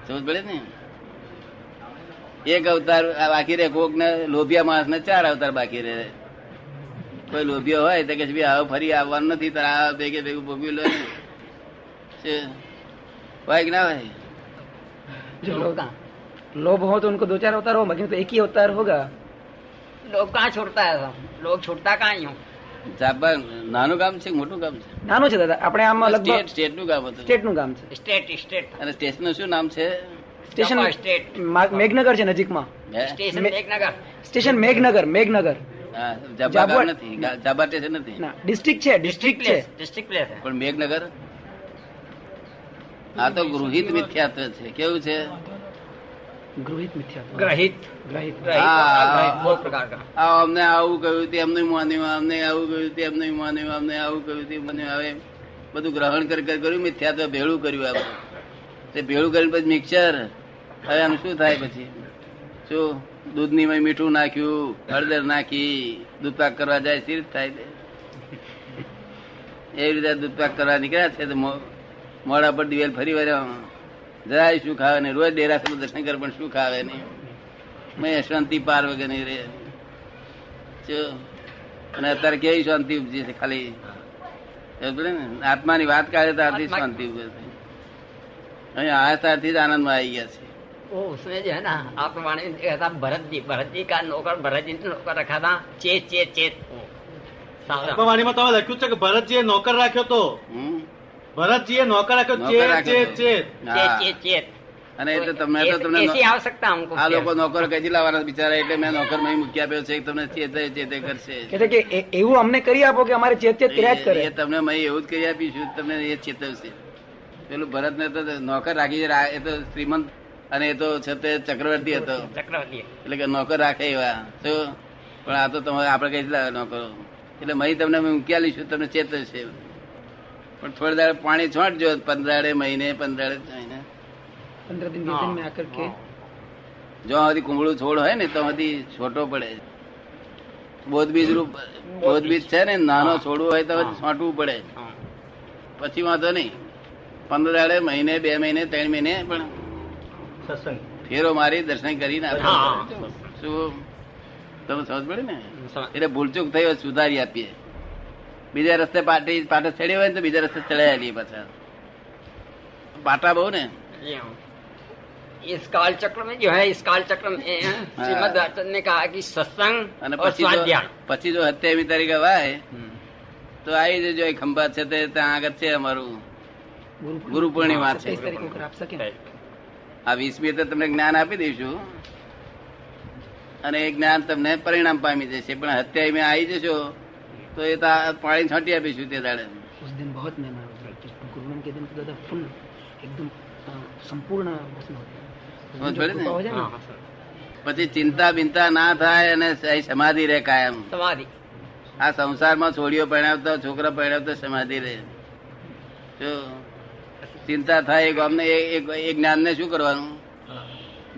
[SPEAKER 4] સમજ પડે ને એક અવતાર આ બાકી રહે કોક ને લોભિયા માણસ ને ચાર અવતાર બાકી રહે કોઈ લોભિયો હોય તો કે છે, "ભઈ હવે ફરી આવવાનું નથી તારે આ ભેગે ભેગું ભોગવી લો ને." છે. હોય કે ના હોય
[SPEAKER 5] जो लोग लोभ हो तो उनको दो चार अवतार हो बाकी तो एक ही अवतार होगा
[SPEAKER 1] लोग कहाँ छोड़ता है सब लोग छोड़ता कहाँ ही हूँ
[SPEAKER 4] જાપાન નાનું ગામ છે કે મોટું ગામ છે
[SPEAKER 5] નાનો છે દાદા આપણે આમ
[SPEAKER 4] સ્ટેટ
[SPEAKER 5] લગભગ
[SPEAKER 4] સ્ટેટનું ગામ
[SPEAKER 5] સ્ટેટનું ગામ છે
[SPEAKER 4] હતું
[SPEAKER 1] स्टेट स्टेट
[SPEAKER 4] અને સ્ટેશનનું શું નામ છે
[SPEAKER 5] સ્ટેશન
[SPEAKER 1] ચાંપા સ્ટેટ.
[SPEAKER 5] મા- મેઘનગર છે નજીકમાં
[SPEAKER 4] હે?
[SPEAKER 1] स्टेशन
[SPEAKER 5] मैं-
[SPEAKER 1] मेघनगर
[SPEAKER 5] સ્ટેશન મેઘનગર મેઘનગર
[SPEAKER 4] હા, જાબા
[SPEAKER 5] જાબા.
[SPEAKER 4] ગામ નથી ગા- જાબા સ્ટેશન નથી
[SPEAKER 5] ના ડિસ્ટ્રિક્ટ છે ડિસ્ટ્રિક્ટ છે
[SPEAKER 1] प्लेस डिस्ट्रिक्ट प्लेस है
[SPEAKER 4] પણ મેઘનગર આ તો ગૃહિત મિથ્યાત્વ છે કેવું છે
[SPEAKER 5] ગૃહિત મિથ્યા
[SPEAKER 1] ग्रहित
[SPEAKER 5] ગ્રહિત
[SPEAKER 1] ग्रहित
[SPEAKER 4] हाँ,
[SPEAKER 1] और
[SPEAKER 4] हाँ,
[SPEAKER 1] ग्रहित बहुत प्रकार का
[SPEAKER 4] આ અમને આવું કહ્યું તે એમનું માન્યું અમને આવું કહ્યું તે એમનું માન્યું અમને આવું કહ્યું તે મને આવે બધું ગ્રહણ કર કર કર્યું મિથ્યાત્વ ભેળું કર્યું આ બધું તે ભેળું કરીને પછી મિક્સર હવે આનું શું થાય પછી શું દૂધની માં મીઠું નાખ્યું હળદર નાખી દૂધ પાક કરવા જાય સ્થિર થાય તે. એવી રીતે દૂધ પાક કરવા નીકળ્યા છે તો મો- મોડા પર દિવેલ ફરી વર્યા જરાય શું ખાવે ને રોજ ડેરા દર્શન કર પણ શું ખાવે નહીં મેં શાંતિ પાર વગર નહીં રે જો અને અત્યારે કેવી શાંતિ ઉપજી છે ખાલી ખબર પડી ને? આત્માની વાત કરે ત્યારથી જ શાંતિ ઉપજે છે અહીં આ ત્યારથી જ આનંદમાં આવી ગયા છે
[SPEAKER 1] वो उसमें जो है ना आत्मवाणी में देखा था भरत जी भरत जी का नौकर भरत जी ने नौकर रखा था चेत चेत चेत वो
[SPEAKER 6] Ah.
[SPEAKER 1] सावधान।
[SPEAKER 9] આત્મવાણીમાં તમે લખ્યું છે કે ભરતજીએ નોકર રાખ્યો તો
[SPEAKER 4] હમ?
[SPEAKER 9] ભરતજીએ નોકર રાખ્યો
[SPEAKER 4] નોકર
[SPEAKER 9] ચેત
[SPEAKER 4] રાખ્યો
[SPEAKER 9] ચેત
[SPEAKER 4] તો.
[SPEAKER 9] ચેત
[SPEAKER 4] હા.
[SPEAKER 1] चेत चेत चेत
[SPEAKER 4] અને એ તો તમને તો
[SPEAKER 1] ऐसी-
[SPEAKER 4] તમને
[SPEAKER 1] ऐसी
[SPEAKER 4] નો-
[SPEAKER 1] आवश्यकता हमको
[SPEAKER 4] આ લોકો નોકર કજી લાવવાના બિચારા એટલે મેં નોકર માં મૂકી આપ્યો છે કે તમને ચેતે ચેતે
[SPEAKER 5] કે
[SPEAKER 4] કરશે
[SPEAKER 5] છે કે એ- એવું અમને કરી આપો કે અમારે ચેત ચેત કર્યા જ કરે
[SPEAKER 4] એ તમને મેં એવું જ કરી આપીશું તમને એ ચેતવશે પેલું ભરત ને તો નોકર રાખી રા- એ તો શ્રીમંત અને એ તો છે તે ચક્રવર્તી હતો
[SPEAKER 1] ચક્રવર્તી
[SPEAKER 4] એટલે કે નોકર રાખે એવા તો પણ આ તો તમારે આપણે કઈ લાવે નોકરો એટલે મહી તમને અમે મૂક્યા લઈશું તમને ચેતવશે પણ થોડી દાડે પાણી છોંટજો પંદરાડે મહિને પંદરાડે મહિને
[SPEAKER 5] પંદર દિન बीस दिन में
[SPEAKER 1] हाँ।
[SPEAKER 5] आकर के
[SPEAKER 4] જો હજી કુંબળું છોડ હોય ને તો હજી છોટો પડે બોધબીજ રૂપ બોધબીજ છે ને નાનો છોડવું હોય તો હજી છોંટવું પડે
[SPEAKER 1] હા.
[SPEAKER 4] પછી વાંધો નહીં પંદરાડે મહિને બે મહિને ત્રણ મહિને પણ
[SPEAKER 9] સત્સંગ
[SPEAKER 4] ફેરો મારી દર્શન કરીને
[SPEAKER 1] હા.
[SPEAKER 4] આપજો શું તમે સમજ પડી ને
[SPEAKER 1] સમજ.
[SPEAKER 4] એટલે ભૂલચૂક થઈ હોય સુધારી આપીએ બીજા રસ્તે પાટી પાટા ચડ્યો હોય ને તો બીજા રસ્તે ચડાવી લઈએ પાછા પાટા બહુ ને
[SPEAKER 1] ये हूँ। इस काल चक्र में जो है इस काल चक्र में श्रीमद आचरण ने कहा कि सत्संग
[SPEAKER 4] અને
[SPEAKER 1] और
[SPEAKER 4] પછી જો
[SPEAKER 1] स्वाध्याय
[SPEAKER 4] પછી જો સત્યાવીસ તારીખે વાય
[SPEAKER 1] हम्म।
[SPEAKER 4] તો આવી જજો એ ખંભા છે તે ત્યાં આગળ છે અમારું ગુરુ પૂર્ણિમા છે
[SPEAKER 5] સત્યાવીસ તારીખ ઉપર આપ શકે
[SPEAKER 4] આ વીસમી તો તમને જ્ઞાન આપી દઈશું અને એ જ્ઞાન તમને પરિણામ પામી જશે પણ સત્યાવીસ આવી જશો તો એ તો આ પાણી છાંટી આપીશું તે દાડે
[SPEAKER 5] उस दिन बहुत मेहमान होगा गुरुनाम के दिन तो दादा फुल एकदम अ, संपूर्ण उसमें होता है।
[SPEAKER 4] समझ पड़े ना?
[SPEAKER 5] कृपा हो जाए ना,
[SPEAKER 1] हाँ, हाँ।
[SPEAKER 4] પછી ચિંતા બિંતા ના થાય અને સહી સમાધિ રહે કાયમ
[SPEAKER 1] समाधि
[SPEAKER 4] આ સંસારમાં છોડીઓ પરણાવતા છોકરા પરણાવતા સમાધિ રહે જો ચિંતા થાય એ ગામને એ એ- એ જ્ઞાનને શું કરવાનું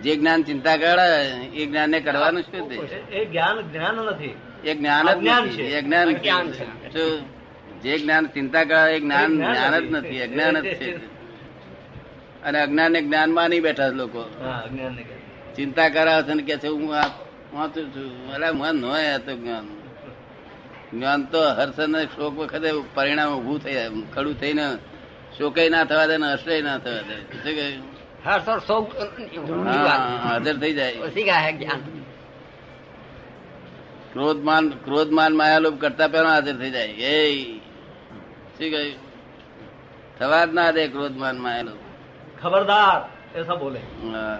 [SPEAKER 4] જે જ્ઞાન ચિંતા કરે એ જ્ઞાનને કરવાનું શું તે
[SPEAKER 9] એ જ્ઞાન જ્ઞાન નથી
[SPEAKER 4] એ જ્ઞાન જ
[SPEAKER 9] અજ્ઞાન
[SPEAKER 4] નથી.
[SPEAKER 9] છે.
[SPEAKER 4] એ જ્ઞાન
[SPEAKER 1] અજ્ઞાન છે.
[SPEAKER 4] જો જે જ્ઞાન ચિંતા કરે એ જ્ઞાન જ્ઞાન જ નથી અજ્ઞાન જ <laughs> છે અને અજ્ઞાન ને જ્ઞાન માની બેઠા છે લોકો ચિંતા કરાવે છે ને કે છે હું આ વાંચું છું અલા મન હોય આ તો જ્ઞાન જ્ઞાન તો હર્ષને શોક વખતે પરિણામ ઉભું થઈ ખડું થઈને શોકે ના થવા દે ને હર્ષે ના થવા દે શું કહ્યું?
[SPEAKER 1] હર સર સૌ ઊંડી
[SPEAKER 4] હા,
[SPEAKER 1] વાત.
[SPEAKER 4] હાજર થઈ જાય
[SPEAKER 1] ઓછી ગાય હે જ્ઞાન
[SPEAKER 4] ક્રોધમાન ક્રોધમાન માયાલોભ કરતા પહેલા હાજર થઈ જાય એ શું કહ્યું થવા જ ના દે ક્રોધમાન માયાલોભ
[SPEAKER 9] खबरदार ऐसा बोले
[SPEAKER 4] હા.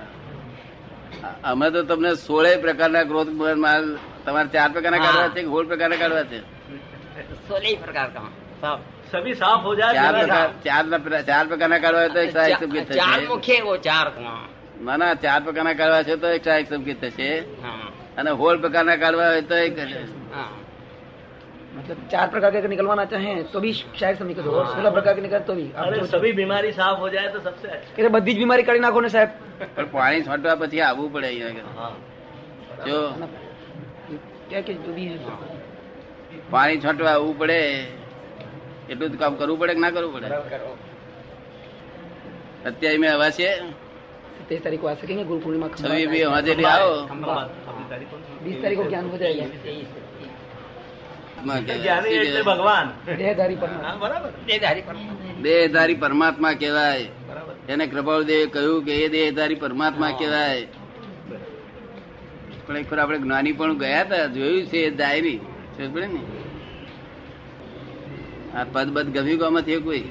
[SPEAKER 4] અમે તો તમને સોળે પ્રકારના ક્રોધમાન માલ તમારે ચાર પ્રકારના
[SPEAKER 1] હા.
[SPEAKER 4] કાઢવા છે કે સોળ પ્રકારના કાઢવા છે
[SPEAKER 1] સોલહ પ્રકાર કા
[SPEAKER 9] सभी साफ हो
[SPEAKER 4] ચાર
[SPEAKER 9] जाए
[SPEAKER 4] પ્રકાર ચાર પ્રકાર- ચાર પ્રકારના કાઢવા હોય તો એકસો એક સંકેત
[SPEAKER 1] ચા- ચાર
[SPEAKER 4] થશે
[SPEAKER 1] મુખે એવો ચાર કા
[SPEAKER 4] ના ના ચાર પ્રકારના કાઢવા છે તો એકસો એક સંકેત થશે
[SPEAKER 1] હા
[SPEAKER 4] અને હોળ પ્રકારના કાઢવા હોય તો એક
[SPEAKER 1] હા
[SPEAKER 5] मतलब चार प्रकार के अगर निकलवाना चाहे तो भी शायद सब निकल जाओ और
[SPEAKER 1] हाँ।
[SPEAKER 5] सोलह प्रकार के निकल तो भी आप
[SPEAKER 9] अरे
[SPEAKER 5] सोचो।
[SPEAKER 9] सभी बीमारी साफ हो जाए तो सबसे अच्छा
[SPEAKER 5] એટલે બધી જ બીમારી કાઢી નાખો ને સાહેબ
[SPEAKER 4] પણ પાણી છોટવા પછી આવવું પડે અહીંયા
[SPEAKER 9] हाँ
[SPEAKER 4] આગળ. જો
[SPEAKER 1] हाँ।
[SPEAKER 5] ક્યાં કે જો બી હે
[SPEAKER 4] પાણી છોટવા આવવું પડે એટલું જ કામ કરવું પડે કે ના કરવું પડે અત્યારે મેં હવા છે
[SPEAKER 5] तेईस तारीख को आ सकेंगे गुरु पूर्णिमा
[SPEAKER 4] છવ્વી બી હવા જેટલી આવો
[SPEAKER 5] बीस तारीख को ज्ञान हो
[SPEAKER 1] <laughs>
[SPEAKER 5] जाएगा
[SPEAKER 4] માં કહેવાય.
[SPEAKER 9] ज्ञानी એટલે
[SPEAKER 4] શું
[SPEAKER 9] ભગવાન
[SPEAKER 5] देहदारी पर
[SPEAKER 9] હા, બરાબર
[SPEAKER 1] દેધારી પર
[SPEAKER 4] કહેવાય? દેહધારી પરમાત્મા કહેવાય
[SPEAKER 9] બરાબર
[SPEAKER 4] એને કૃપાળદેવે કહ્યું કે એ દેહધારી પરમાત્મા કહેવાય પણ એકવાર આપણે જ્ઞાની પણ ગયા હતા જોયું છે એ જાય નહીં સમજ પડે ને આ પદ બદ ગમ્યું ગામથી કોઈ